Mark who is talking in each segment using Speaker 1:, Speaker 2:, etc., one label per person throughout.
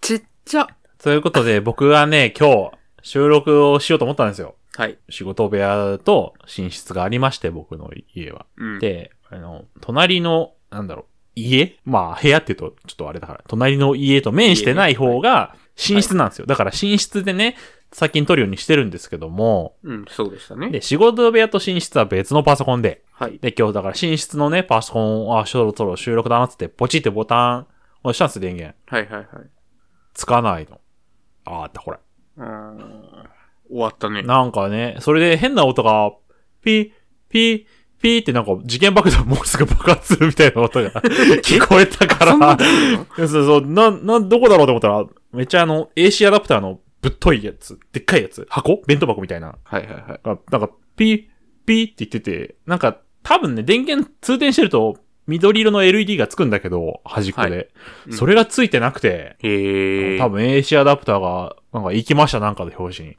Speaker 1: ちゃ。
Speaker 2: ということで、僕はね、今日、収録をしようと思ったんですよ。
Speaker 1: はい。
Speaker 2: 仕事部屋と寝室がありまして、僕の家は。
Speaker 1: うん。
Speaker 2: で、あの、隣の、なんだろう、家まあ、部屋って言うと、ちょっとあれだから、隣の家と面してない方が、寝室なんですよ。だから寝室でね、最近撮るようにしてるんですけども、
Speaker 1: うん、そうでしたね。
Speaker 2: で、仕事部屋と寝室は別のパソコンで、
Speaker 1: はい。
Speaker 2: で、今日だから寝室のね、パソコンを、あ、そろそろ収録だなっつって、ポチってボタン押したんですよ、電源。
Speaker 1: はいはいはい。
Speaker 2: つかないの。あーって、ほら。
Speaker 1: うーん終わったね。
Speaker 2: なんかね、それで変な音が、ピー、ピー、ピーってなんか、事件爆弾もうすぐ爆発するみたいな音が 聞こえたか
Speaker 1: そんなこと
Speaker 2: ら、
Speaker 1: あるの
Speaker 2: そうそう、なん、なん、どこだろうと思ったら、めっちゃあの、AC アダプターのぶっといやつ、でっかいやつ、箱弁当箱みたいな。
Speaker 1: はいはいはい。
Speaker 2: がなんか、ピー、ピーって言ってて、なんか、多分ね、電源通電してると、緑色の LED がつくんだけど、端っこで。
Speaker 1: はうん
Speaker 2: それがついてなくて、
Speaker 1: へえ。
Speaker 2: 多。分 AC アダプターが、なんか行きました、なんかで表紙に。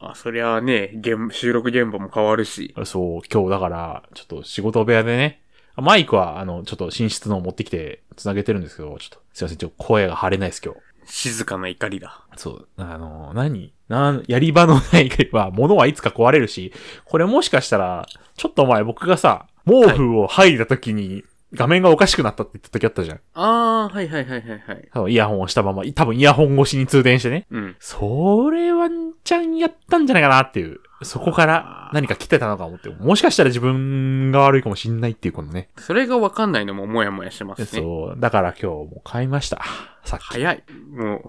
Speaker 1: あ、そりゃあね、現収録現場も変わるし。
Speaker 2: そう、今日だから、ちょっと仕事部屋でね、マイクは、あの、ちょっと寝室のを持ってきて、つなげてるんですけど、ちょっと、すいません、ちょっと声が張れないです、今日。
Speaker 1: 静かな怒りだ。
Speaker 2: そう、あの、何なん、やり場のないは、物はいつか壊れるし、これもしかしたら、ちょっと前僕がさ、毛布を入った時に、画面がおかしくなったって言った時あったじゃん。
Speaker 1: あー、はいはいはいはいはい。
Speaker 2: 多分イヤホンをしたまま、い多分イヤホン越しに通電してね。
Speaker 1: うん。
Speaker 2: それはんちゃんやったんじゃないかなっていう。そこから何か来てたのかもって。もしかしたら自分が悪いかもしんないっていうこのね。
Speaker 1: それがわかんないのももやもやしてますね。
Speaker 2: そう。だから今日もう買いました。さっき。
Speaker 1: 早い。もう。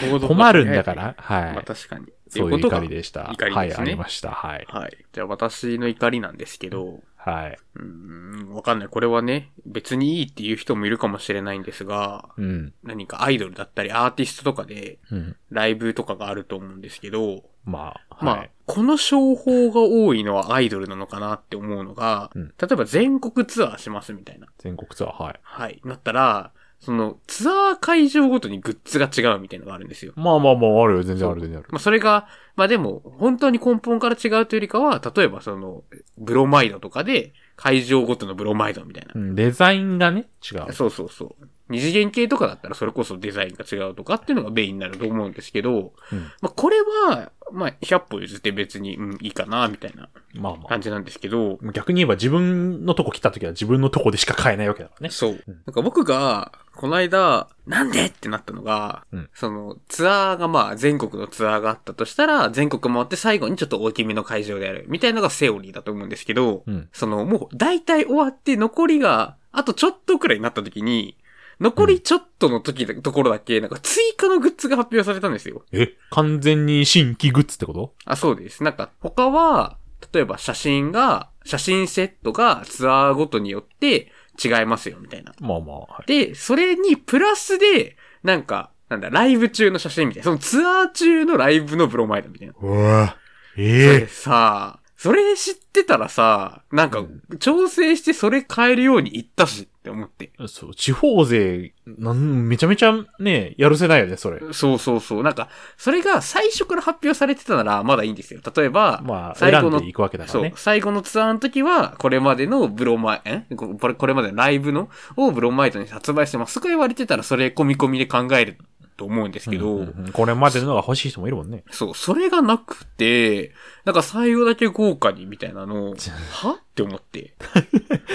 Speaker 1: 行動が
Speaker 2: 困るんだから。は
Speaker 1: まあ
Speaker 2: い。
Speaker 1: 確かに。
Speaker 2: そうい
Speaker 1: っ
Speaker 2: う
Speaker 1: てこ
Speaker 2: 怒
Speaker 1: と
Speaker 2: り
Speaker 1: が
Speaker 2: でした。
Speaker 1: 怒りですね
Speaker 2: はい、ありました。はい。
Speaker 1: はい。じゃあ私の怒りなんですけど、
Speaker 2: はい。
Speaker 1: うーん、わかんない。これはね、別にいいっていう人もいるかもしれないんですが、
Speaker 2: うん。
Speaker 1: 何かアイドルだったりアーティストとかで
Speaker 2: うん。
Speaker 1: ライブとかがあると思うんですけど、
Speaker 2: まあ、
Speaker 1: ま
Speaker 2: は
Speaker 1: あ
Speaker 2: い。、
Speaker 1: この商法が多いのはアイドルなのかなって思うのが、
Speaker 2: うん
Speaker 1: 例えば全国ツアーしますみたいな。
Speaker 2: 全国ツアー、はい。
Speaker 1: はい。なったら、その、ツアー会場ごとにグッズが違うみたいなのがあるんですよ。
Speaker 2: まあまあまあ、あるよ。全然ある、全然ある。
Speaker 1: まあ、それが、まあでも、本当に根本から違うというよりかは、例えばその、ブロマイドとかで、会場ごとのブロマイドみたいな
Speaker 2: う。ん、デザインがね、違う。
Speaker 1: そうそうそう。二次元系とかだったらそれこそデザインが違うとかっていうのがメインになると思うんですけど、
Speaker 2: うん
Speaker 1: まあこれは、まあ100歩譲って別に、うん、いいかな、みたいな
Speaker 2: まあま
Speaker 1: 感じなんですけど、
Speaker 2: あ。逆に言えば自分のとこ来た時は自分のとこでしか買えないわけだからね。
Speaker 1: そう
Speaker 2: うん。
Speaker 1: なんか僕が、この間、なんでってなったのが、
Speaker 2: うん
Speaker 1: その、ツアーがまあ、全国のツアーがあったとしたら、全国回って最後にちょっと大きめの会場でやる、みたいなのがセオリーだと思うんですけど、
Speaker 2: うん。
Speaker 1: その、もう、大体終わって残りが、あとちょっとくらいになった時に、残りちょっとの時だ、ところだけ、なんか追加のグッズが発表されたんですよ。
Speaker 2: え完全に新規グッズってこと
Speaker 1: あ、そうです。なんか、他は、例えば写真が、写真セットがツアーごとによって違いますよ、みたいな。
Speaker 2: まあまあ、はい。
Speaker 1: で、それにプラスで、なんか、なんだ、ライブ中の写真みたいな。そのツアー中のライブのブロマイドみたいな。
Speaker 2: うわ
Speaker 1: そ
Speaker 2: え
Speaker 1: れさ、それ知ってたらさ、なんか、調整してそれ変えるように行ったしって思って。
Speaker 2: えそう、地方勢、なん、めちゃめちゃね、やるせないよね、それ。
Speaker 1: そうそうそう。なんか、それが最初から発表されてたならまだいいんですよ。例えば、
Speaker 2: まあ、
Speaker 1: 最後
Speaker 2: 選
Speaker 1: の
Speaker 2: んでいくわけだか
Speaker 1: そ
Speaker 2: ら
Speaker 1: う
Speaker 2: ね、。
Speaker 1: 最後のツアーの時は、これまでのブロマイ、えここれこれまでのライブのをブロマイドに発売してます。そこ言われてたらそれ込み込みで考えると思うんですけど、
Speaker 2: うんうんうんこれまでのが欲しい人もいるもんね。
Speaker 1: そう、それがなくて、なんか最後だけ豪華にみたいなのを、はって思って。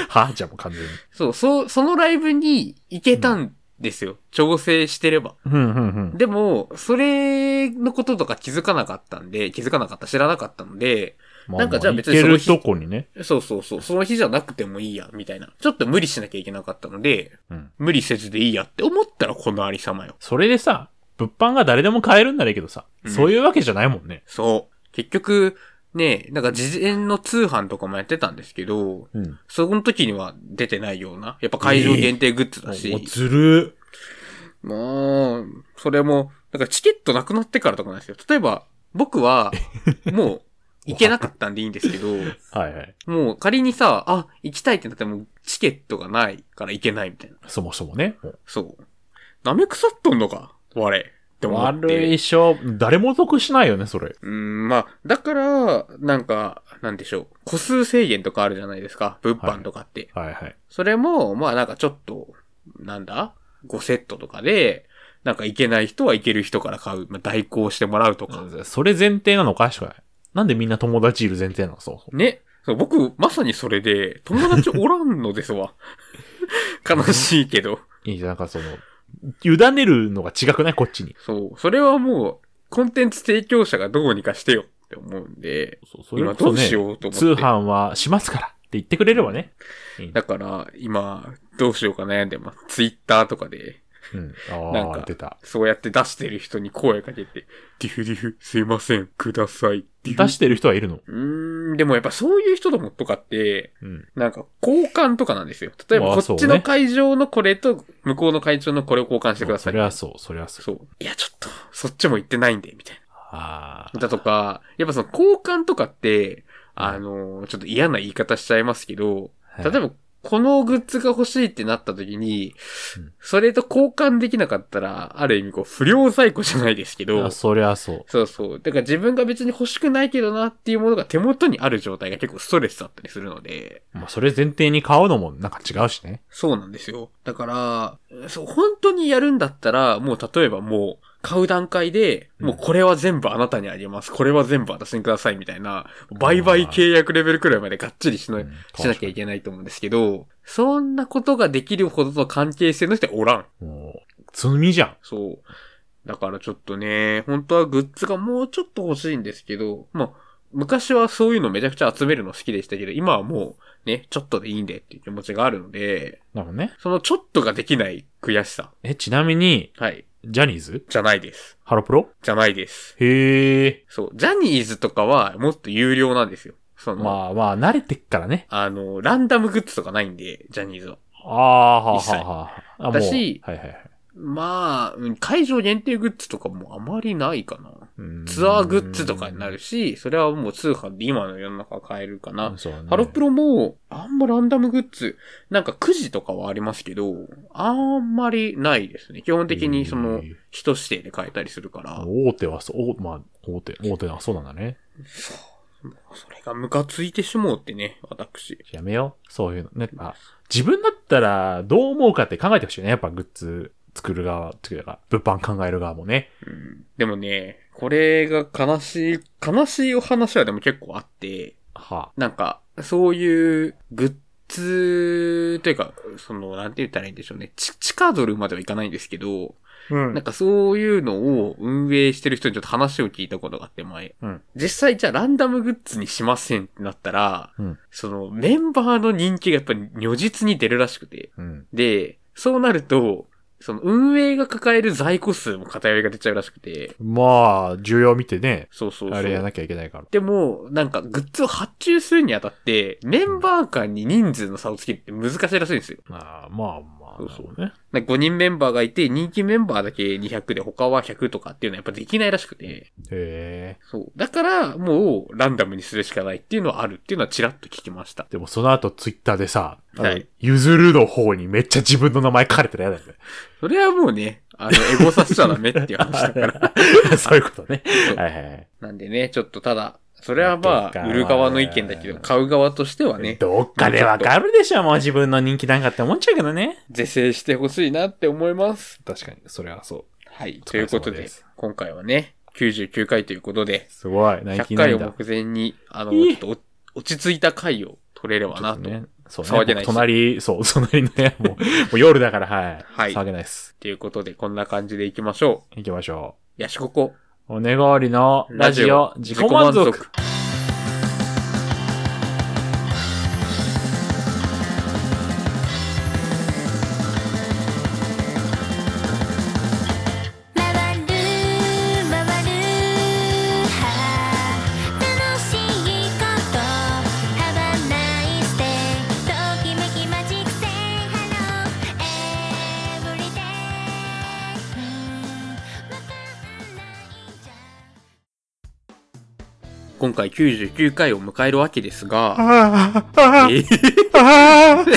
Speaker 2: はじゃあもう完全に。
Speaker 1: そう、そう、そのライブに行けたんですよ。調整してれば。
Speaker 2: うん、うん、うん。
Speaker 1: でも、それのこととか気づかなかったんで、気づかなかった、知らなかったので、
Speaker 2: まあ
Speaker 1: なんかじゃあ別に
Speaker 2: まい
Speaker 1: そ
Speaker 2: け
Speaker 1: の
Speaker 2: る
Speaker 1: 日
Speaker 2: とこにね。
Speaker 1: そうそうそう、その日じゃなくてもいいや、みたいな。ちょっと無理しなきゃいけなかったので、
Speaker 2: うん。
Speaker 1: 無理せずでいいやって思ったらこのありさまよ。
Speaker 2: それでさ、物販が誰でも買えるんならいいけどさ、
Speaker 1: うん
Speaker 2: そういうわけじゃないもんね。
Speaker 1: そう。結局、ね、なんか事前の通販とかもやってたんですけど、
Speaker 2: うん。
Speaker 1: その時には出てないような、やっぱ会場限定グッズだし、
Speaker 2: ずる
Speaker 1: もう、それも、なんかチケットなくなってからとかなんですよ。例えば、僕は、もう、行けなかったんでいいんですけど、
Speaker 2: ー。はいはい。
Speaker 1: もう仮にさ、あ、行きたいってなってもうチケットがないから行けないみたいな。
Speaker 2: そもそもね。
Speaker 1: そう。舐め腐っとんのか我。って思って。
Speaker 2: 悪いしょ、誰も得しないよね、それ。
Speaker 1: うん、まあ、だから、なんか、なんでしょう。個数制限とかあるじゃないですか。物販とかって。
Speaker 2: はいはい。
Speaker 1: それも、まあなんかちょっと、なんだ ?5 セットとかで、なんか行けない人は行ける人から買う、まあ、代行してもらうとか。
Speaker 2: それ前提なのおかしくないなんでみんな友達いる前提なのそうそう。
Speaker 1: ね。そう僕、まさにそれで、友達おらんのです わ。悲しいけど。
Speaker 2: いいじゃん、なんかその、委ねるのが違くないこっちに。
Speaker 1: そう。それはもう、コンテンツ提供者がどうにかしてよって思うんで、
Speaker 2: そうそ
Speaker 1: 今どうしようと
Speaker 2: 通
Speaker 1: 思って。
Speaker 2: 販はしますからって言ってくれればね。
Speaker 1: だから、今、どうしようか悩んでます。ツイッターとかで、
Speaker 2: うん。
Speaker 1: なん
Speaker 2: ああ
Speaker 1: か、
Speaker 2: 出た。
Speaker 1: そうやって出してる人に声かけて、ディフディフ、すいません、ください。ディフ
Speaker 2: 出してる人はいるの
Speaker 1: うーん、でもやっぱそういう人ともとかって、
Speaker 2: うん。
Speaker 1: なんか交換とかなんですよ。例え
Speaker 2: ま
Speaker 1: ば
Speaker 2: あ
Speaker 1: こっ
Speaker 2: そ
Speaker 1: ち
Speaker 2: うね
Speaker 1: の会場のこれと向こうの会場のこれを交換してくださ
Speaker 2: そ
Speaker 1: い。
Speaker 2: りゃそう、そりゃそう。
Speaker 1: そう。いや、ちょっと、そっちも行ってないんで、みたい
Speaker 2: ああ
Speaker 1: な。。だとか、やっぱその交換とかって、あの、ちょっと嫌な言い方しちゃいますけど、例え
Speaker 2: ば、
Speaker 1: ば、このグッズが欲しいってなった時に
Speaker 2: うん、
Speaker 1: それと交換できなかったら、ある意味こう、不良在庫じゃないですけ
Speaker 2: いや
Speaker 1: ど、
Speaker 2: そりゃそう。
Speaker 1: そうそう。だから自分が別に欲しくないけどなっていうものが手元にある状態が結構ストレスだったりするので、
Speaker 2: まあ、それ前提に買うのもなんか違うしね。
Speaker 1: そうなんですよ。だから、そう、本当にやるんだったら、もう例えばもう、買う段階で、
Speaker 2: うん
Speaker 1: もうこれは全部あなたにあげます。これは全部私にくださいみたいな、売買契約レベルくらいまでがっちりしな,、
Speaker 2: うん
Speaker 1: しなきゃいけないと思うんですけど、そんなことができるほどの関係性の人はおらん。
Speaker 2: もう、罪じゃん。
Speaker 1: そう。だからちょっとね、本当はグッズがもうちょっと欲しいんですけど、まあ、昔はそういうのめちゃくちゃ集めるの好きでしたけど、今はもうね、ちょっとでいいんでっていう気持ちがあるので、
Speaker 2: なのね。
Speaker 1: そのちょっとができない悔しさ。
Speaker 2: え、ちなみに、
Speaker 1: はい。
Speaker 2: ジャニーズ
Speaker 1: じゃないです。
Speaker 2: ハロプロ
Speaker 1: じゃないです。
Speaker 2: へえ。
Speaker 1: そう。ジャニーズとかはもっと有料なんですよ。その、
Speaker 2: まあまあ、慣れてっからね。
Speaker 1: あの、ランダムグッズとかないんで、ジャニーズは。
Speaker 2: ああ、はあ
Speaker 1: 一切
Speaker 2: はあはあ。あ
Speaker 1: だ
Speaker 2: もう
Speaker 1: し
Speaker 2: はいはいはい
Speaker 1: まあ、うん会場限定グッズとかもあまりないかな。
Speaker 2: うん
Speaker 1: ツアーグッズとかになるし、それはもう通販で今の世の中は買えるかな。
Speaker 2: そうね
Speaker 1: ハロプロも、あんまランダムグッズ、なんかくじとかはありますけど、あんまりないですね。基本的にそ
Speaker 2: へ
Speaker 1: の
Speaker 2: ー、
Speaker 1: 人指定で買えたりするから、
Speaker 2: 大手はそう、まあ、大手、大手はそうなんだね。
Speaker 1: それがムカついてしもうってね、私。
Speaker 2: やめよう。そういうの。ね、あ、自分だったらどう思うかって考えてほしいね。やっぱグッズ作る側、作る側、物販考える側もね。
Speaker 1: うん。でもね、これが悲しい、悲しいお話はでも結構あって、
Speaker 2: は
Speaker 1: なんか、そういうグッズというか、その、なんて言ったらいいんでしょうね。ち地下ドルまではいかないんですけど、
Speaker 2: あ。うん
Speaker 1: なんかそういうのを運営してる人にちょっと話を聞いたことがあって前。
Speaker 2: うん
Speaker 1: 実際じゃあランダムグッズにしませんってなったら、
Speaker 2: うん
Speaker 1: そのメンバーの人気がやっぱり如実に出るらしくて。
Speaker 2: うん。
Speaker 1: で、そうなると、その運営が抱える在庫数も偏りが出ちゃうらしくて。
Speaker 2: まあ、需要見てね、
Speaker 1: そうそうそう。
Speaker 2: あれやなきゃいけないから。
Speaker 1: でも、なんか、グッズを発注するにあたって、メンバー間に人数の差をつけるって難しいらしいんですよ。
Speaker 2: ああまあまあ、
Speaker 1: そうそう
Speaker 2: なるほどね。
Speaker 1: なんか5人メンバーがいて、人気メンバーだけ200で他は100とかっていうのはやっぱできないらしくて。
Speaker 2: へえ。
Speaker 1: そう。だから、もう、ランダムにするしかないっていうのはあるっていうのはチラッと聞きました。
Speaker 2: でもその後ツイッターでさ、あの
Speaker 1: はい
Speaker 2: ゆずるの方にめっちゃ自分の名前書かれてるやだよね。
Speaker 1: それはもうね、あの、エゴさせちゃダメっていう話だ から。
Speaker 2: そういうことね
Speaker 1: そ。う
Speaker 2: はいはい
Speaker 1: なんでね、ちょっとただ、それはま
Speaker 2: どっか
Speaker 1: あ、売る側の意見だけど、買う側としては
Speaker 2: はい。
Speaker 1: ね、
Speaker 2: どっかでわかるでしょ、もう自分の人気なんかって思っちゃうけどね。
Speaker 1: 是正してほしいなって思います。
Speaker 2: 確かに、それはそう。
Speaker 1: はい。
Speaker 2: お疲
Speaker 1: とい
Speaker 2: れ様
Speaker 1: うことで
Speaker 2: です、
Speaker 1: 今回はね、99回ということで、
Speaker 2: すごい、ナイキ
Speaker 1: 100
Speaker 2: な
Speaker 1: 回
Speaker 2: ん
Speaker 1: を
Speaker 2: だ。
Speaker 1: 目前に、あの、
Speaker 2: い
Speaker 1: ちょ
Speaker 2: い
Speaker 1: っとお落ち着いた回を取れればなと。
Speaker 2: ね、そうね。
Speaker 1: 騒げないし
Speaker 2: 僕隣、そう、隣の部屋も、もう夜だから、はい。
Speaker 1: はい
Speaker 2: 騒げないです。
Speaker 1: ということで、こんな感じでいきましょ
Speaker 2: 行きましょ
Speaker 1: う。ヤシココ。
Speaker 2: う。お願わりのラジオ、自己満足。。
Speaker 3: 「まわるまわる楽しいこと」「ハワないステイ」「ときめきマジックセイハローエブリデイ」「わかんないじゃん」
Speaker 1: 今回99回を迎えるわけですが、
Speaker 2: ああ、ああ、ああ、
Speaker 1: えー
Speaker 2: ああ、99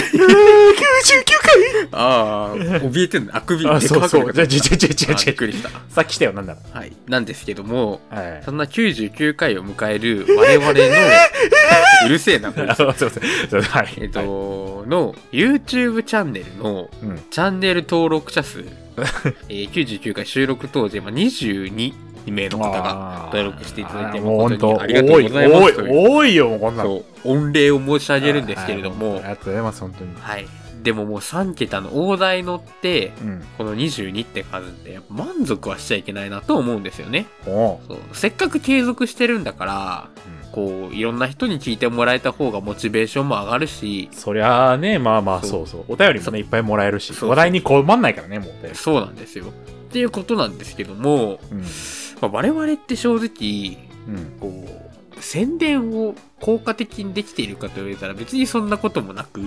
Speaker 2: 回
Speaker 1: ああ、怯えてんのあくび、
Speaker 2: あ、そうそう。じゃあ、じゃ
Speaker 1: じ
Speaker 2: じゃじゃじゃじ
Speaker 1: び
Speaker 2: ゃ
Speaker 1: っくりした。
Speaker 2: さっきしたよ、なんだろ
Speaker 1: はい。なんですけども、
Speaker 2: う。はい。
Speaker 1: そんな99回を迎える我 々の、うるせえな、こい
Speaker 2: あ、
Speaker 1: つ
Speaker 2: そうそうそう。そうはい。
Speaker 1: えっ
Speaker 2: はい、
Speaker 1: と、の YouTube チャンネルの
Speaker 2: うん。
Speaker 1: チャンネル登録者数えー99回収録当時、まあ、22名の方が登録していただいて
Speaker 2: あーもう本
Speaker 1: 誠
Speaker 2: 当
Speaker 1: にありがとうございます
Speaker 2: 多い、
Speaker 1: と
Speaker 2: 多
Speaker 1: い
Speaker 2: い、
Speaker 1: う
Speaker 2: 多いよ、もうこんなの。
Speaker 1: そう、御礼を申し上げるんですけれど
Speaker 2: はい
Speaker 1: も
Speaker 2: あ、りがとうございます、本当に。
Speaker 1: はい。でももう3桁の大台乗って、
Speaker 2: うん。
Speaker 1: この22って数って、やっぱ満足はしちゃいけないなと思うんですよね。
Speaker 2: おう
Speaker 1: そう。せっかく継続してるんだから、
Speaker 2: うん
Speaker 1: こう、いろんな人に聞いてもらえた方がモチベーションも上がるし、
Speaker 2: そりゃあね、まあまあ、
Speaker 1: そ
Speaker 2: そううそう。お便りもね、いっぱいもらえるし、
Speaker 1: そうそう
Speaker 2: 話題に困んないからね、もうお便り。
Speaker 1: そうなんですよ。っていうことなんですけども、
Speaker 2: う
Speaker 1: まあ、我々って正直、
Speaker 2: ん。うん。
Speaker 1: こう、宣伝を効果的にできているかと言われたら別にそんなこともなく、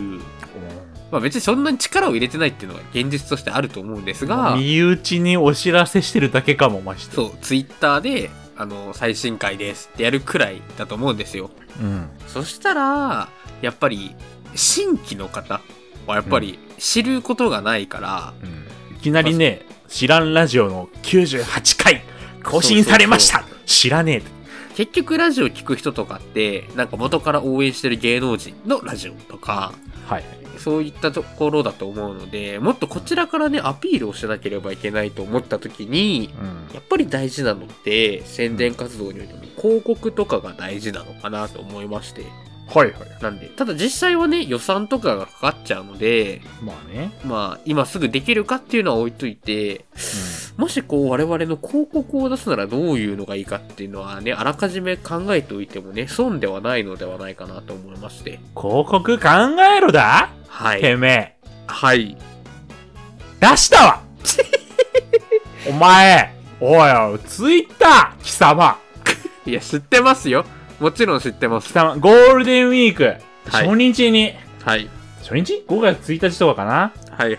Speaker 1: まあ別にそんなに力を入れてないっていうのが現実としてあると思うんですが、
Speaker 2: 身内にお知らせしてるだけかも、まして。
Speaker 1: そう、ツイッターで、あの、最新回ですってやるくらいだと思うんですよ。
Speaker 2: うん。
Speaker 1: そしたら、やっぱり、新規の方はやっぱり知ることがないから、
Speaker 2: うん。いきなりね、知らんラジオの98回、更新されました知らねえって。
Speaker 1: 結局ラジオ聞く人とかって、なんか元から応援してる芸能人のラジオとか、
Speaker 2: はい。
Speaker 1: そういったところだと思うので、もっとこちらからね、アピールをしなければいけないと思った時に、
Speaker 2: うん。
Speaker 1: やっぱり大事なのって、宣伝活動においても広告とかが大事なのかなと思いまして。
Speaker 2: はいはい。
Speaker 1: なんで、ただ実際はね、予算とかがかかっちゃうので、
Speaker 2: まあね。
Speaker 1: まあ、今すぐできるかっていうのは置いといて、もしこう、我々の広告を出すならどういうのがいいかっていうのはね、あらかじめ考えておいてもね、損ではないのではないかなと思いまして。
Speaker 2: 広告考えろだ
Speaker 1: はい。
Speaker 2: てめえ。
Speaker 1: はい。
Speaker 2: 出し たわお前、おいおい、ツイッター貴様
Speaker 1: いや、知ってますよ。もちろん知ってま
Speaker 2: 貴
Speaker 1: す。
Speaker 2: 様、ゴールデンウィーク、
Speaker 1: はい
Speaker 2: 初日に、
Speaker 1: はい。
Speaker 2: 初日 ?5 月1日とかかな
Speaker 1: はいはいはい。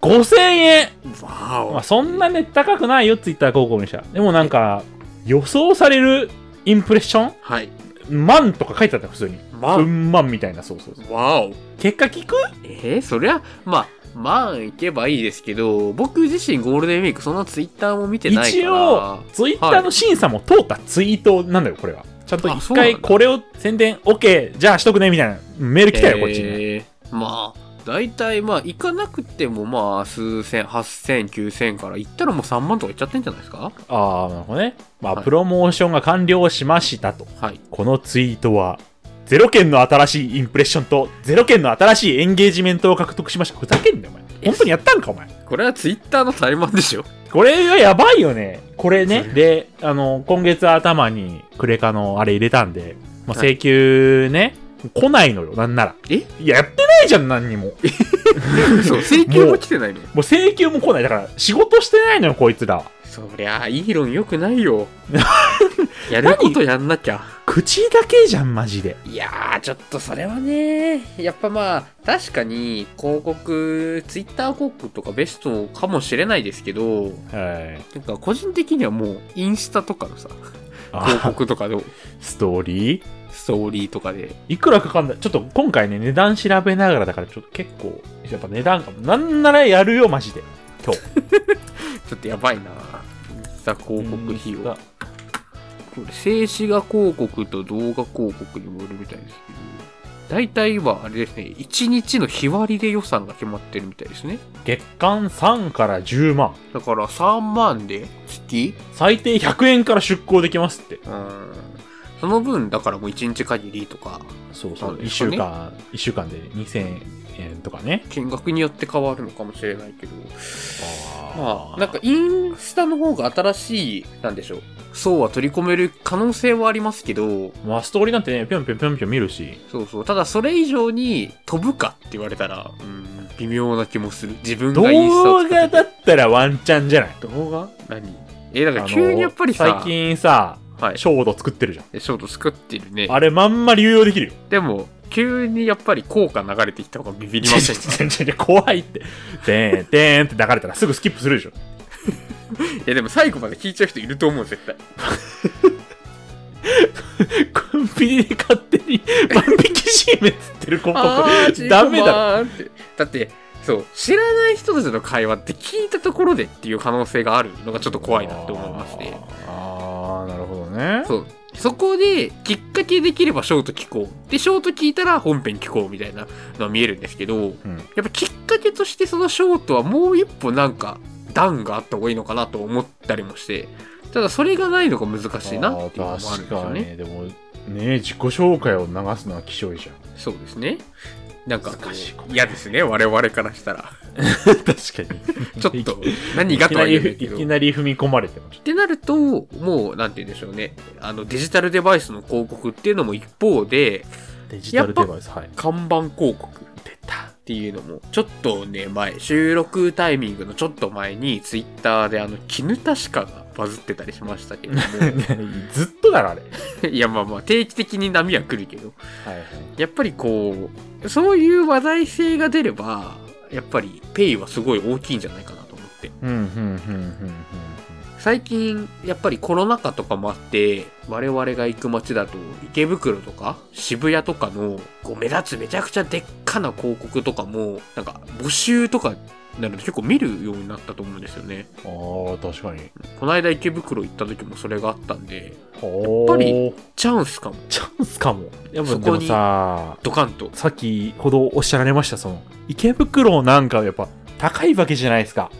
Speaker 2: 5000円
Speaker 1: わ
Speaker 2: まあ、そんなね、高くないよ、ツイッター広告にしたら。でもなんか、予想されるインプレッショ
Speaker 1: はい。
Speaker 2: ン万とか書いてあったよ、普通に。
Speaker 1: ま
Speaker 2: う
Speaker 1: あ、
Speaker 2: ん万みたいな、そうそうそう。
Speaker 1: わお。
Speaker 2: 結果聞く
Speaker 1: えー、そりゃ、まあ、まあ、いけばいいですけど、僕自身ゴールデンウィーク、そんなツイッターも見てないから。
Speaker 2: 一応、ツイッターの審査も通ったツイートなんだよ、これは。ちゃんと
Speaker 1: あ
Speaker 2: 一
Speaker 1: そうなん
Speaker 2: 回
Speaker 1: だ
Speaker 2: これを宣伝、OK、じゃあしとくね、みたいなメール来たよ、こっちに。
Speaker 1: えーまあ、大体まあ、行かなくてもまあ、数千、八千、九千から、行ったらもう3万とか行っちゃってんじゃないですか
Speaker 2: ああ、なるほどね。まあ、
Speaker 1: はい
Speaker 2: プロモーションが完了しましたと。
Speaker 1: はい。
Speaker 2: このツイートは、ゼロ件の新しいインプレッションと、ゼロ件の新しいエンゲージメントを獲得しました。ふざけんなよ、お前。本当にやったんか、お前。
Speaker 1: これはツイッターの怠慢でしょ
Speaker 2: これはやばいよね。これね。
Speaker 1: そ
Speaker 2: で、あの、今月頭にクレカのあれ入れたんで、まあ、
Speaker 1: はい
Speaker 2: 請求ね、来ないのよ、なんなら。
Speaker 1: え
Speaker 2: いややってないじゃん、何にも。
Speaker 1: そう、請求も来てないの。
Speaker 2: もう請求も来ない。だから、仕事してないのよ、こいつら。
Speaker 1: そりゃあ、イーロン良くない よ。やることやんなきゃ。
Speaker 2: 口だけじゃん、マジで。
Speaker 1: いやー、ちょっとそれはね、やっぱまあ、確かに広告、ツイッター広告とかベストかもしれないですけど、
Speaker 2: はい。
Speaker 1: なんか個人的にはもう、インスタとかのさ、広
Speaker 2: あ
Speaker 1: 告とかの
Speaker 2: ストーリー
Speaker 1: ストーリーとかで、
Speaker 2: いくらかかんだちょっと今回ね、値段調べながらだから、ちょっと結構、やっぱ値段かも。なんならやるよ、マジで。今日。
Speaker 1: ちょっとやばいなインスタ広告費用。
Speaker 2: が
Speaker 1: これ、静止画広告と動画広告にもよるみたいですけど、大体今、あれですね、1日の日割りで予算が決まってるみたいですね。
Speaker 2: 月間3から10万。
Speaker 1: だから3万で月
Speaker 2: 最低100円から出向できますって。
Speaker 1: うん。その分、だからもう1日限りとか、
Speaker 2: そう
Speaker 1: そう
Speaker 2: 1週間、一週間で2000円とかね。
Speaker 1: 見学によって変わるのかもしれないけど、ま
Speaker 2: あ
Speaker 1: あ、なんかインスタの方が新しい、なんでしょう。そうは取り込める可能性はありますけど、
Speaker 2: まあ、ストーリーなんてね、ぴょんぴょんぴょんぴょん見るし。
Speaker 1: そうそう。ただそれ以上に飛ぶかって言われたら、うん、微妙な気もする。自分
Speaker 2: 動
Speaker 1: がインスタを使
Speaker 2: 画
Speaker 1: って
Speaker 2: だったらワンチャンじゃない
Speaker 1: 動画何え、だから急にやっぱりさ、
Speaker 2: あの最近さ、
Speaker 1: はい、シ
Speaker 2: ショート作ってるじゃん。
Speaker 1: ョート作ってるね。
Speaker 2: あれまんま流用できるよ。
Speaker 1: でも、急にやっぱり効果流れてきた方がビビりません か
Speaker 2: 違う違う違う怖いって。でんでんって流れたらすぐスキップするでしょ。
Speaker 1: いやでも最後まで聞いちゃう人いると思う、絶対。
Speaker 2: コンビニで勝手に万引きシーメンつってる広告。ダメだ
Speaker 1: だ
Speaker 2: ろ。
Speaker 1: って。だって、そう、知らない人たちの会話って聞いたところでっていう可能性があるのがちょっと怖いなって思いますね。
Speaker 2: あーあー、なるほどね。
Speaker 1: そう。そこで、きっかけできればショート聞こう。で、ショート聞いたら本編聞こうみたいなのは見えるんですけど、
Speaker 2: うん
Speaker 1: やっぱきっかけとしてそのショートはもう一歩なんか、段があった方がいいのかなと思ったりもして、ただそれがないのが難しいなっていうのもあ
Speaker 2: あ
Speaker 1: るんで
Speaker 2: ー
Speaker 1: すよ
Speaker 2: 確か
Speaker 1: ね。
Speaker 2: に。でも、ね自己紹介を流すのは希少いじゃん。
Speaker 1: そうですね。なんかこう
Speaker 2: 難しいこと
Speaker 1: 嫌ですね、我々からした ら。
Speaker 2: 確か に。
Speaker 1: ちょっと、何が
Speaker 2: いき
Speaker 1: と
Speaker 2: な
Speaker 1: は
Speaker 2: り
Speaker 1: 言うん
Speaker 2: ふ
Speaker 1: だ
Speaker 2: い
Speaker 1: けど。
Speaker 2: きなり踏み込まれてもちょっ
Speaker 1: ってなると、もう、なんて言うんでしょうね。あの、デジタルデバイスの広告っていうのも一方で、
Speaker 2: とデジタルデバイス、はい。
Speaker 1: 看板広告出たっていうのも、ちょっとね、前、収録タイミングのちょっと前に、ツイッターで、あの、絹確かがバズってたりしましたけども、
Speaker 2: ずっとだろ、あれ。
Speaker 1: いや、まあまあ、定期的に波は来るけど、
Speaker 2: はいはい。
Speaker 1: やっぱりこう、そういう話題性が出れば、やっぱり、ペイはすごい大きいんじゃないかなと思って。
Speaker 2: うん、うん、うん、うん、
Speaker 1: 最近やっぱりコロナ禍とかもあって我々が行く街だと池袋とか渋谷とかのこう目立つめちゃくちゃでっかな広告とかもなんか募集とかになると結構見るようになったと思うんですよね
Speaker 2: うん。ああ、確かに。
Speaker 1: この間池袋行った時もそれがあったんで
Speaker 2: や
Speaker 1: ぱり。チャンスかも
Speaker 2: チャンスかも。やっぱ
Speaker 1: そ
Speaker 2: で
Speaker 1: こ
Speaker 2: も
Speaker 1: に
Speaker 2: さ、
Speaker 1: ドカンと
Speaker 2: 先ほどおっしゃられました、その、池袋なんかはやっぱ高いわけじゃないですか。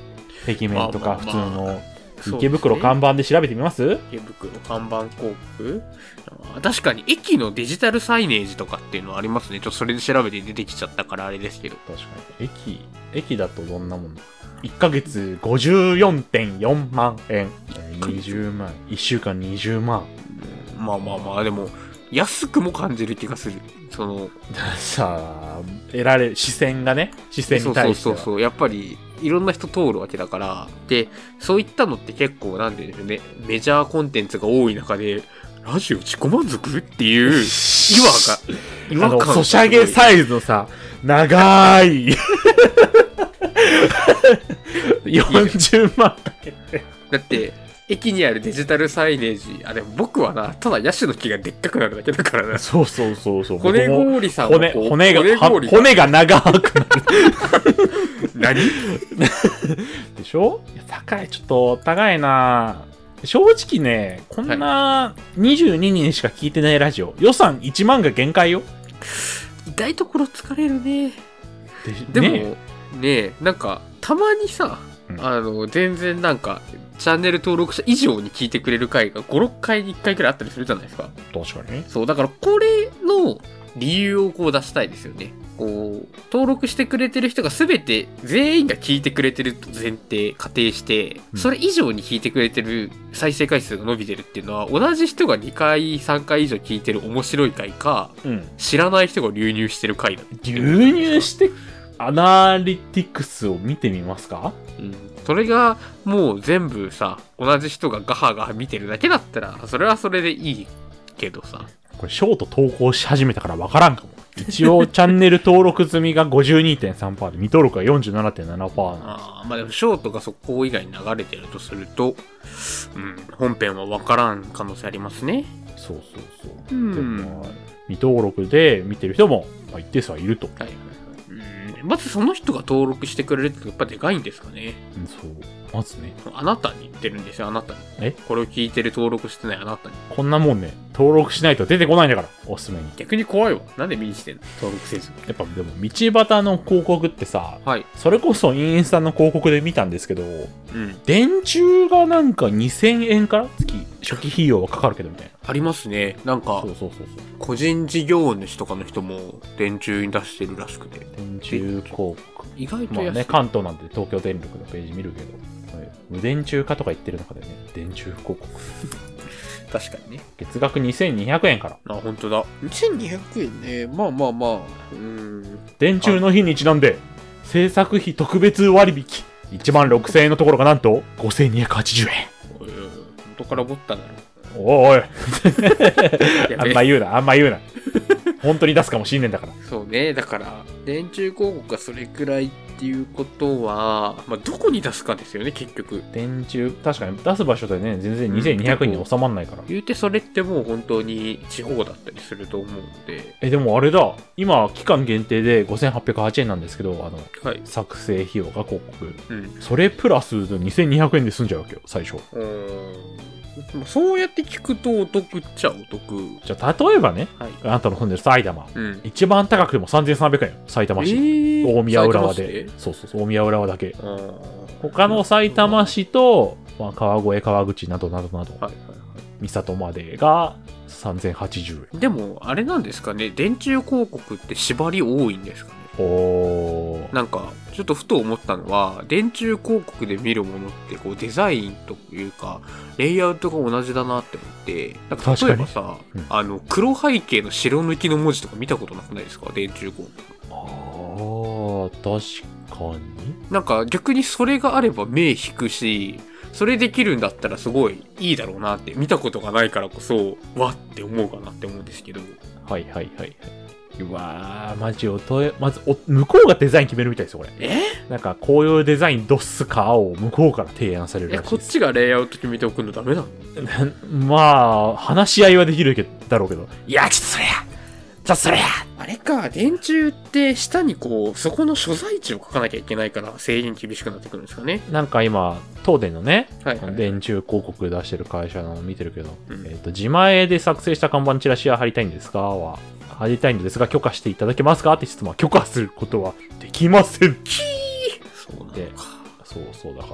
Speaker 2: 壁面
Speaker 1: ま
Speaker 2: と
Speaker 1: あ
Speaker 2: か
Speaker 1: まあ
Speaker 2: 普通
Speaker 1: まあ
Speaker 2: の。
Speaker 1: そうですね
Speaker 2: 池袋看板で調べてみます
Speaker 1: 池袋看板広告あー確かに駅のデジタルサイネージとかっていうのはありますねちょっとそれで調べて出てきちゃったからあれですけど
Speaker 2: 確かに。駅、駅だとどんなもんだ ?1 ヶ月54.4万円。
Speaker 1: ヶ月
Speaker 2: 20万。1週間20万。
Speaker 1: まあまあまあでも安くも感じる気がするその
Speaker 2: さあ、得られる視線がね、視線
Speaker 1: そ
Speaker 2: に
Speaker 1: うそ
Speaker 2: 対
Speaker 1: う
Speaker 2: して
Speaker 1: そう
Speaker 2: は。
Speaker 1: そうやっぱりいろんな人通るわけだからでそういったのって結構なんていうんでしょうねメジャーコンテンツが多い中でラジオ自己満足って いう違和
Speaker 2: あ
Speaker 1: 感違和
Speaker 2: の、
Speaker 1: 感
Speaker 2: ソシャゲ
Speaker 1: さ
Speaker 2: サイズのさ、長い。40万かけて。
Speaker 1: だって駅にあるデジタルサイネージあでも僕はなただヤシの木がでっかくなるだけだからな
Speaker 2: そうそうそうそう。
Speaker 1: 骨
Speaker 2: 僕も
Speaker 1: 氷さんは
Speaker 2: 骨、
Speaker 1: こう
Speaker 2: 骨が、は
Speaker 1: 骨氷
Speaker 2: 骨が長くなる
Speaker 1: 何
Speaker 2: でしょいや高い、ちょっと高いな正直ね、こんな22人しか聞いてないラジオ、予算1万が限界よ。
Speaker 1: 痛いところ疲れるねで
Speaker 2: で
Speaker 1: も
Speaker 2: ね
Speaker 1: ねえなんかたまにさ、
Speaker 2: うん
Speaker 1: あの全然なんかチャンネル登録者以上に聞いてくれる回が56回に1回くらいあったりするじゃないですか
Speaker 2: 確かに。
Speaker 1: そうだからこれの理由をこう出したいですよねこう登録してくれてる人が全て全員が聞いてくれてると前提仮定して
Speaker 2: うん
Speaker 1: それ以上に聞いてくれてる再生回数が伸びてるっていうのは同じ人が2回3回以上聞いてる面白い回か
Speaker 2: うん。
Speaker 1: 知らない人が流入してる回だっていう
Speaker 2: 流入して、アナリティクスを見てみますか
Speaker 1: うんそれがもう全部さ同じ人がガハガハ見てるだけだったらそれはそれでいいけどさ
Speaker 2: これ、ショート投稿し始めたからわからんかも。一応、チャンネル登録済みが52.3%で、未登録が47.7%な。
Speaker 1: あーまあでもショートが速攻以外に流れてるとすると、うん、本編は分からん可能性ありますね
Speaker 2: そうそうそ
Speaker 1: う
Speaker 2: う。
Speaker 1: ん
Speaker 2: でも未登録で見てる人も、まあ一定数はいると。
Speaker 1: はいうんまずその人が登録してくれるってやっぱでかいんですかね
Speaker 2: うんそう。まずね、
Speaker 1: あなたに言ってるんですよあなたに
Speaker 2: え
Speaker 1: これを聞いてる登録してないあなたに
Speaker 2: こんなもんね、登録しないと出てこないんだから、おすすめに。
Speaker 1: 逆に怖いわなんで見にしてんの登録せず
Speaker 2: やっぱでも、道端の広告ってさ、
Speaker 1: はい
Speaker 2: それこそインスタの広告で見たんですけど、
Speaker 1: うん
Speaker 2: 電柱がなんか2000円から月、初期費用はかかるけどみたいな。
Speaker 1: ありますねなんか
Speaker 2: そうそうそうそう。
Speaker 1: 個人事業主とかの人も電柱に出してるらしくて
Speaker 2: 電柱広告。
Speaker 1: 意外と
Speaker 2: まあ
Speaker 1: 安い、
Speaker 2: ね、関東なんて東京電力のページ見るけど、はい無電柱化とか言ってる中でね、電柱広告。
Speaker 1: 確かにね
Speaker 2: 月額2200円から。
Speaker 1: あ本当だ2200円ねまあまあまあうーん
Speaker 2: 電柱の日にちなんで、制作費特別割引。1万6000円のところがなんと、5280円。
Speaker 1: おいおいおい元からぼっただろ
Speaker 2: おいおい、あ
Speaker 1: やべ
Speaker 2: ん
Speaker 1: え
Speaker 2: ま言うな、あんま言うな。本当に出すかもしんねえんだから。
Speaker 1: そうねだから電柱広告がそれくらいっていうことは、まあ、どこに出すかですよね結局
Speaker 2: 電柱、確かに出す場所でね、全然2200円に収まんないから。
Speaker 1: 言うてそれってもう本当に地方だったりすると思うので
Speaker 2: え、でもあれだ、今、期間限定で5808円なんですけど、あの、
Speaker 1: はい
Speaker 2: 作成費用が広告。
Speaker 1: うん
Speaker 2: それプラス2200円で済んじゃうわけよ、最初。
Speaker 1: うーんまあそうやって聞くとお得っちゃお得。
Speaker 2: じゃあ、例えばね、
Speaker 1: はい。
Speaker 2: あなたの住んでる埼玉。
Speaker 1: うん。
Speaker 2: 一番高くても3300円。埼玉市。
Speaker 1: ー
Speaker 2: 大宮浦和
Speaker 1: 埼
Speaker 2: で
Speaker 1: 玉市。
Speaker 2: そうそうそう、大宮浦和だけ。
Speaker 1: あー
Speaker 2: 他の埼玉市と、まあ、川越、川口などなどなど、
Speaker 1: はいはいは
Speaker 2: 三里までが3080
Speaker 1: い。でも、あれなんですかね、電柱広告って縛り多いんですかね。
Speaker 2: 円。おー。
Speaker 1: なんか、ちょっとふと思ったのは、電柱広告で見るものって、こう、デザインというか、レイアウトが同じだなって思って、なんか、
Speaker 2: 確かに
Speaker 1: 例えばさ、
Speaker 2: うん
Speaker 1: あの、黒背景の白抜きの文字とか見たことなくないですか電柱広告。
Speaker 2: あー、確かに。
Speaker 1: なんか、逆にそれがあれば目引くし、それできるんだったらすごいいいだろうなって、見たことがないからこそ、わって思うかなって思うんですけど。
Speaker 2: はいはいはいはい。うわー、マジおとえ、まずお、向こうがデザイン決めるみたいですよ、これ。
Speaker 1: え
Speaker 2: なんか、紅葉デザインどっすか青を向こうから提案される
Speaker 1: え、
Speaker 2: らしい
Speaker 1: こっ
Speaker 2: です。
Speaker 1: ちがレイアウト決めておくのダメなの
Speaker 2: まあ、話し合いはできるけど、だろうけど。いや、ちょっとそれやちょっとそれや
Speaker 1: あれか、電柱って下にこう、そこの所在地を書かなきゃいけないから制限厳しくなってくるんですかね。
Speaker 2: なんか今、東電のね、
Speaker 1: はい、はい。
Speaker 2: 電柱広告出してる会社の見てるけど、
Speaker 1: うん
Speaker 2: えっ、と、自前で作成した看板チラシは貼りたいんですかは、貼りたいのですが、許可していただけますかって質問は、許可することはできません。
Speaker 1: そうなの
Speaker 2: で
Speaker 1: か。
Speaker 2: そうそうだか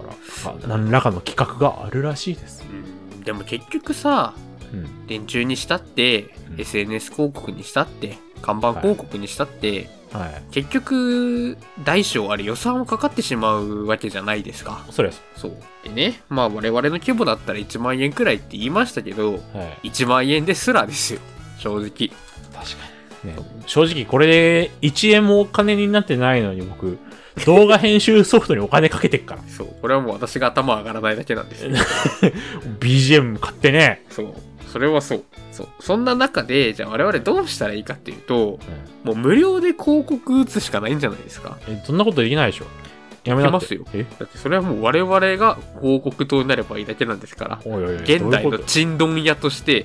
Speaker 2: ら、あ何らかの企画があるらしいです。
Speaker 1: うん、でも結局さ、
Speaker 2: うん。
Speaker 1: 電柱にしたって、
Speaker 2: うん
Speaker 1: SNS 広告にしたって、看板広告にしたって、
Speaker 2: はい。
Speaker 1: 結局、大小あれ予算をかかってしまうわけじゃないですか。
Speaker 2: それは
Speaker 1: そ
Speaker 2: そ
Speaker 1: う。でね、まあ我々の規模だったら1万円くらいって言いましたけど、
Speaker 2: う。はい。
Speaker 1: 1万円ですらですよ。正直。。
Speaker 2: 確かに。ね、正直これで1円もお金になってないのに僕、動画編集ソフトにお金かけてっから
Speaker 1: そう。これはもう私が頭上がらないだけなんですけど
Speaker 2: BGM 買ってね。
Speaker 1: そう。それはそう。そう。そんな中で、じゃあ我々どうしたらいいかっていうと、
Speaker 2: うん
Speaker 1: もう無料で広告打つしかないんじゃないですか。
Speaker 2: え、そんなことできないでしょ。やめなって
Speaker 1: いけますよ
Speaker 2: え
Speaker 1: だってそれはもう我々が広告塔になればいいだけなんですから。
Speaker 2: おいおいおい。
Speaker 1: 現代
Speaker 2: どうい
Speaker 1: の
Speaker 2: うこと
Speaker 1: チンドン屋として、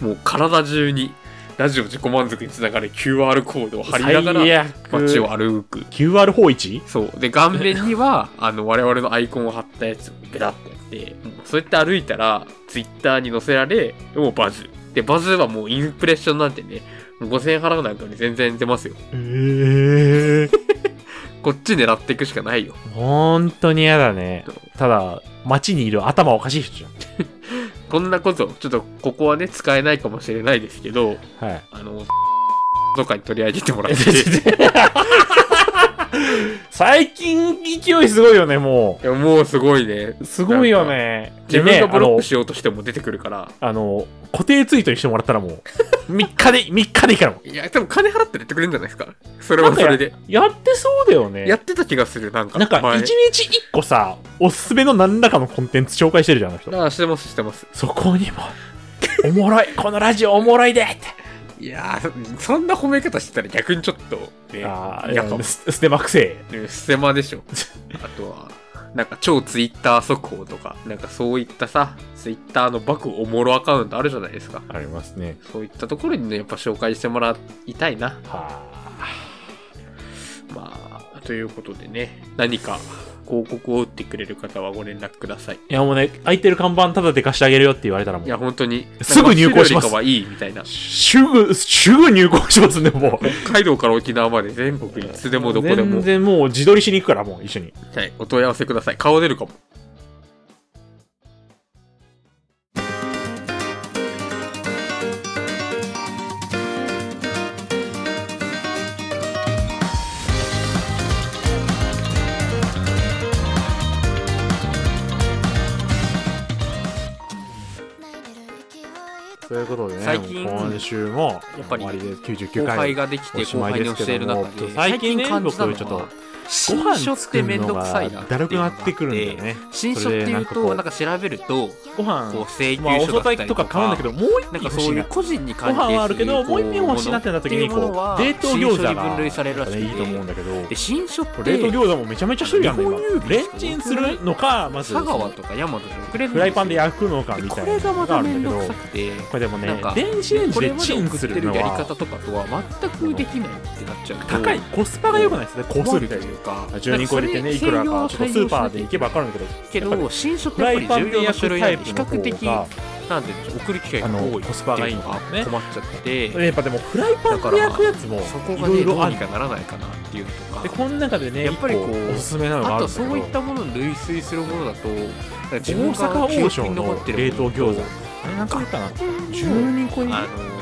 Speaker 1: もう体中に、ラジオ自己満足につながる QR コードを貼りなが
Speaker 2: 最
Speaker 1: ら、
Speaker 2: 悪
Speaker 1: 街を歩く。
Speaker 2: QR 法一
Speaker 1: そう。で、顔面には、 あの、我々のアイコンを貼ったやつをベタってやって、もうそうやって歩いたら、ツイッターに載せられ、もうバズ。で、バズはもうインプレッションなんてね、もう5000円払うなんかに全然出ますよ。
Speaker 2: えー。
Speaker 1: こっち狙っていくしかないよ。
Speaker 2: 本当に嫌だね。ただ、街にいる頭おかしい人じ
Speaker 1: こんなこと、ちょっとここはね、使えないかもしれないですけど、
Speaker 2: ゃん。はい。
Speaker 1: あの、とかに取り上げてもらって。
Speaker 2: 最近勢いすごいよね、も
Speaker 1: いや、もうすごいね。
Speaker 2: う。すごいよね。
Speaker 1: 自分がブロック
Speaker 2: でね
Speaker 1: しようとしても出てくるから。
Speaker 2: あのあの、固定ツイートにしてもらったらも う、3日で、3日でいいからもう。
Speaker 1: いや、多分金払ってやってくれるんじゃないですか。それはそれで。
Speaker 2: やってそうだよね。
Speaker 1: やってた気がする、なんか。
Speaker 2: なんか、1
Speaker 1: 前
Speaker 2: 日1個さ、おすすめの何らかのコンテンツ紹介してるじゃん、あの人。
Speaker 1: ああ、してます、してます。
Speaker 2: そこにも、おもろい、このラジオおもろい でって。
Speaker 1: いやー、そそんな褒め方してたら逆にちょっと、ね、
Speaker 2: あ
Speaker 1: やっぱ
Speaker 2: あ、、す捨てまくせ
Speaker 1: ねステマでしょ。 あとは、なんか超ツイッター速報とか、なんかそういったさ、ツイッターのバクおもろアカウントあるじゃないですか。
Speaker 2: ありますね。
Speaker 1: そういったところにね、やっぱ紹介してもらいたいな。
Speaker 2: は
Speaker 1: まあ、ということでね、何か広告を打ってくれる方はご連絡ください。
Speaker 2: いやもうね、空いてる看板ただで貸してあげるよって言われたらも
Speaker 1: いうや、、本当に。
Speaker 2: すぐ入稿します
Speaker 1: なんか資料よりかはいいみたいな。
Speaker 2: すぐ、すぐ入校しますね、もう。
Speaker 1: 北海道から沖縄まで全国いつでもどこでも
Speaker 2: 全。然もう自撮りしに行くから、もう一緒に。
Speaker 1: はい、お問い合わせください。顔出るかも。
Speaker 2: ということでね、
Speaker 1: 最近
Speaker 2: もう今週も、
Speaker 1: やっぱり
Speaker 2: 終わりで99
Speaker 1: 後輩
Speaker 2: 回。
Speaker 1: ができて
Speaker 2: おし
Speaker 1: 後
Speaker 2: まい
Speaker 1: 輩
Speaker 2: で
Speaker 1: に
Speaker 2: す
Speaker 1: 教
Speaker 2: け
Speaker 1: える
Speaker 2: ども
Speaker 1: 中で、
Speaker 2: 最近ね
Speaker 1: 感じたのは
Speaker 2: 僕ちょっと
Speaker 1: 新書ってめんどくさいな
Speaker 2: ご
Speaker 1: ていうのが
Speaker 2: 飯作るのが
Speaker 1: あ
Speaker 2: だるくなってくるんだよね。
Speaker 1: 新書っていう、
Speaker 2: それでなんかことう
Speaker 1: なんか調べると、
Speaker 2: ご飯、
Speaker 1: こう請
Speaker 2: まあ、お
Speaker 1: 求書だっ
Speaker 2: 惣
Speaker 1: たり
Speaker 2: 菜とか買うんだけど、もう一
Speaker 1: なん
Speaker 2: 品
Speaker 1: か
Speaker 2: 欲
Speaker 1: そう
Speaker 2: しい
Speaker 1: いう
Speaker 2: な。
Speaker 1: 個人に関
Speaker 2: ご
Speaker 1: 係する
Speaker 2: 飯はあるけど、もう一品欲しいなって
Speaker 1: こ
Speaker 2: なった時に、こ
Speaker 1: ものは
Speaker 2: う、冷凍餃
Speaker 1: 新
Speaker 2: 子
Speaker 1: 書に
Speaker 2: が
Speaker 1: 分類されるらしくて
Speaker 2: いいと思うんだけど、
Speaker 1: で新書っ
Speaker 2: こ
Speaker 1: て
Speaker 2: れ冷凍餃子もめちゃめちゃ種類あるの
Speaker 1: 日本郵
Speaker 2: 今。
Speaker 1: 便
Speaker 2: レンチンするのか、まず、
Speaker 1: 佐川とか大和で送れるんですよ
Speaker 2: フライパンで焼くのかみた
Speaker 1: こ
Speaker 2: い
Speaker 1: れ
Speaker 2: な
Speaker 1: が
Speaker 2: の
Speaker 1: ま
Speaker 2: が
Speaker 1: た
Speaker 2: ある
Speaker 1: めん
Speaker 2: んだ
Speaker 1: どく
Speaker 2: けど
Speaker 1: さ、くて
Speaker 2: これでも
Speaker 1: な
Speaker 2: ね
Speaker 1: んか、
Speaker 2: 電子レンジ
Speaker 1: これ
Speaker 2: で
Speaker 1: ま
Speaker 2: チ
Speaker 1: で
Speaker 2: ン
Speaker 1: 送って
Speaker 2: する
Speaker 1: る
Speaker 2: の
Speaker 1: やり
Speaker 2: は
Speaker 1: 方とかとは全くできないってなっちゃうと
Speaker 2: 高い、コスパが良くないですね、こするって
Speaker 1: と
Speaker 2: いう
Speaker 1: いうか
Speaker 2: 12個入れてね、いくらか、ちょっとスーパーで行けば分かるんだけど、
Speaker 1: け
Speaker 2: やっぱ
Speaker 1: ど新書っ
Speaker 2: フ
Speaker 1: て
Speaker 2: ラ
Speaker 1: やっぱ
Speaker 2: イ
Speaker 1: り重
Speaker 2: パンで
Speaker 1: 要な
Speaker 2: 焼
Speaker 1: 書
Speaker 2: く
Speaker 1: 類なん
Speaker 2: タイ
Speaker 1: で比較
Speaker 2: プの方
Speaker 1: 的
Speaker 2: が、
Speaker 1: なんていうんでしょう送る機会が多
Speaker 2: あの
Speaker 1: い
Speaker 2: コスパがいいんだよね
Speaker 1: ってうのが困っちゃってて
Speaker 2: やっぱでもフライパンで焼くやつも
Speaker 1: そこ
Speaker 2: い
Speaker 1: が
Speaker 2: ろ
Speaker 1: ね
Speaker 2: い
Speaker 1: ど
Speaker 2: ろ
Speaker 1: う
Speaker 2: あ
Speaker 1: に
Speaker 2: る
Speaker 1: かならないかなっていうとか
Speaker 2: でこの中でね
Speaker 1: やっぱりこう
Speaker 2: 一個おすすめなのが
Speaker 1: あ
Speaker 2: ある
Speaker 1: と
Speaker 2: ん
Speaker 1: そ
Speaker 2: だけど
Speaker 1: ういったものに類推するものだと大
Speaker 2: 大阪王将の冷凍餃子あれなんか12個入り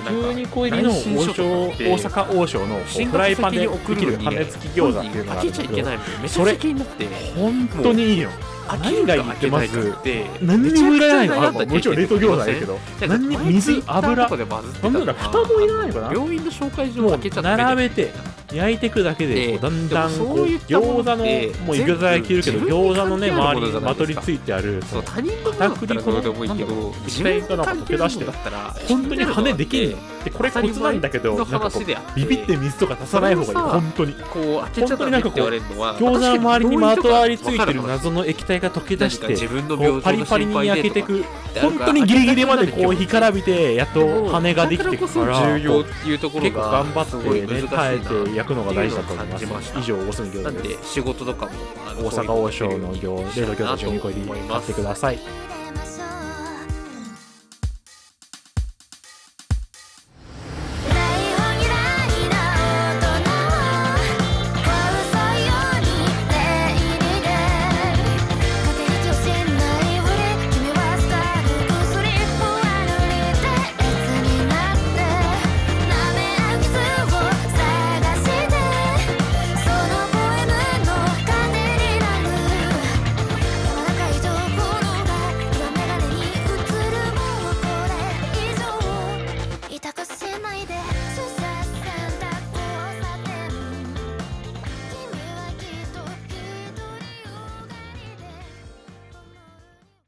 Speaker 1: あのなん
Speaker 2: 12
Speaker 1: か
Speaker 2: 個入りの王
Speaker 1: 内申書
Speaker 2: 将
Speaker 1: と
Speaker 2: 大
Speaker 1: かって
Speaker 2: 阪王将のこうフライパンでできる羽根付き餃子っていうのがあ
Speaker 1: 開け
Speaker 2: るん
Speaker 1: ちゃ
Speaker 2: だ
Speaker 1: い
Speaker 2: け
Speaker 1: け
Speaker 2: ど
Speaker 1: ないみたいなめちゃくちゃ気になって
Speaker 2: 本当にいいよ
Speaker 1: 開けるか開けないかって
Speaker 2: 何にもいらないのあ
Speaker 1: めちゃくちゃ悩んだ経験
Speaker 2: もちろん冷凍餃子だけど何にも水油
Speaker 1: なんか前 Twitter とかでバズってた
Speaker 2: なん
Speaker 1: の
Speaker 2: なら蓋もいらないのかな
Speaker 1: 病院の紹介状
Speaker 2: も
Speaker 1: 開けちゃ
Speaker 2: う
Speaker 1: ダメだよ
Speaker 2: 並べて焼いていくだけで
Speaker 1: で
Speaker 2: こうだんだん
Speaker 1: で
Speaker 2: こ
Speaker 1: も
Speaker 2: う
Speaker 1: そういったもの
Speaker 2: 餃子の
Speaker 1: って
Speaker 2: もう餃子焼きるけど
Speaker 1: 全部
Speaker 2: 餃子のね
Speaker 1: 自分に関係あるものじゃないで
Speaker 2: 周りにま
Speaker 1: すか
Speaker 2: とりついてあるそ
Speaker 1: そう
Speaker 2: の
Speaker 1: 他人のものだったらどうでもいいけど自分の関係のものだったら
Speaker 2: 本当に羽根できんのでこれコツなんだけどな
Speaker 1: の
Speaker 2: んかこ
Speaker 1: 話
Speaker 2: う
Speaker 1: であって
Speaker 2: ビビって水とか出さない方がいい
Speaker 1: それをさ
Speaker 2: 本当に
Speaker 1: こう当てちゃダメって言われるのは
Speaker 2: 餃子の周りにまとわりついてる
Speaker 1: な
Speaker 2: 謎の液体が溶け出して
Speaker 1: 自分の
Speaker 2: こう
Speaker 1: 病
Speaker 2: パ
Speaker 1: 状
Speaker 2: リ
Speaker 1: が
Speaker 2: パリ
Speaker 1: 心
Speaker 2: に焼
Speaker 1: 配で
Speaker 2: けて
Speaker 1: とか
Speaker 2: く本当にギリギリまでこう干からびてやっと羽ができてくか
Speaker 1: だ
Speaker 2: ら
Speaker 1: から重要
Speaker 2: こ
Speaker 1: っ
Speaker 2: う
Speaker 1: ていうところ
Speaker 2: 結構
Speaker 1: が
Speaker 2: 頑張ってね耐えて焼くのが大事だと思います
Speaker 1: っていうのを感じました
Speaker 2: 以上おすすめ餃
Speaker 1: な
Speaker 2: 子
Speaker 1: ん
Speaker 2: です
Speaker 1: で仕事とかもあの
Speaker 2: 大阪王将の餃子冷凍餃子12個入り買ってください
Speaker 3: い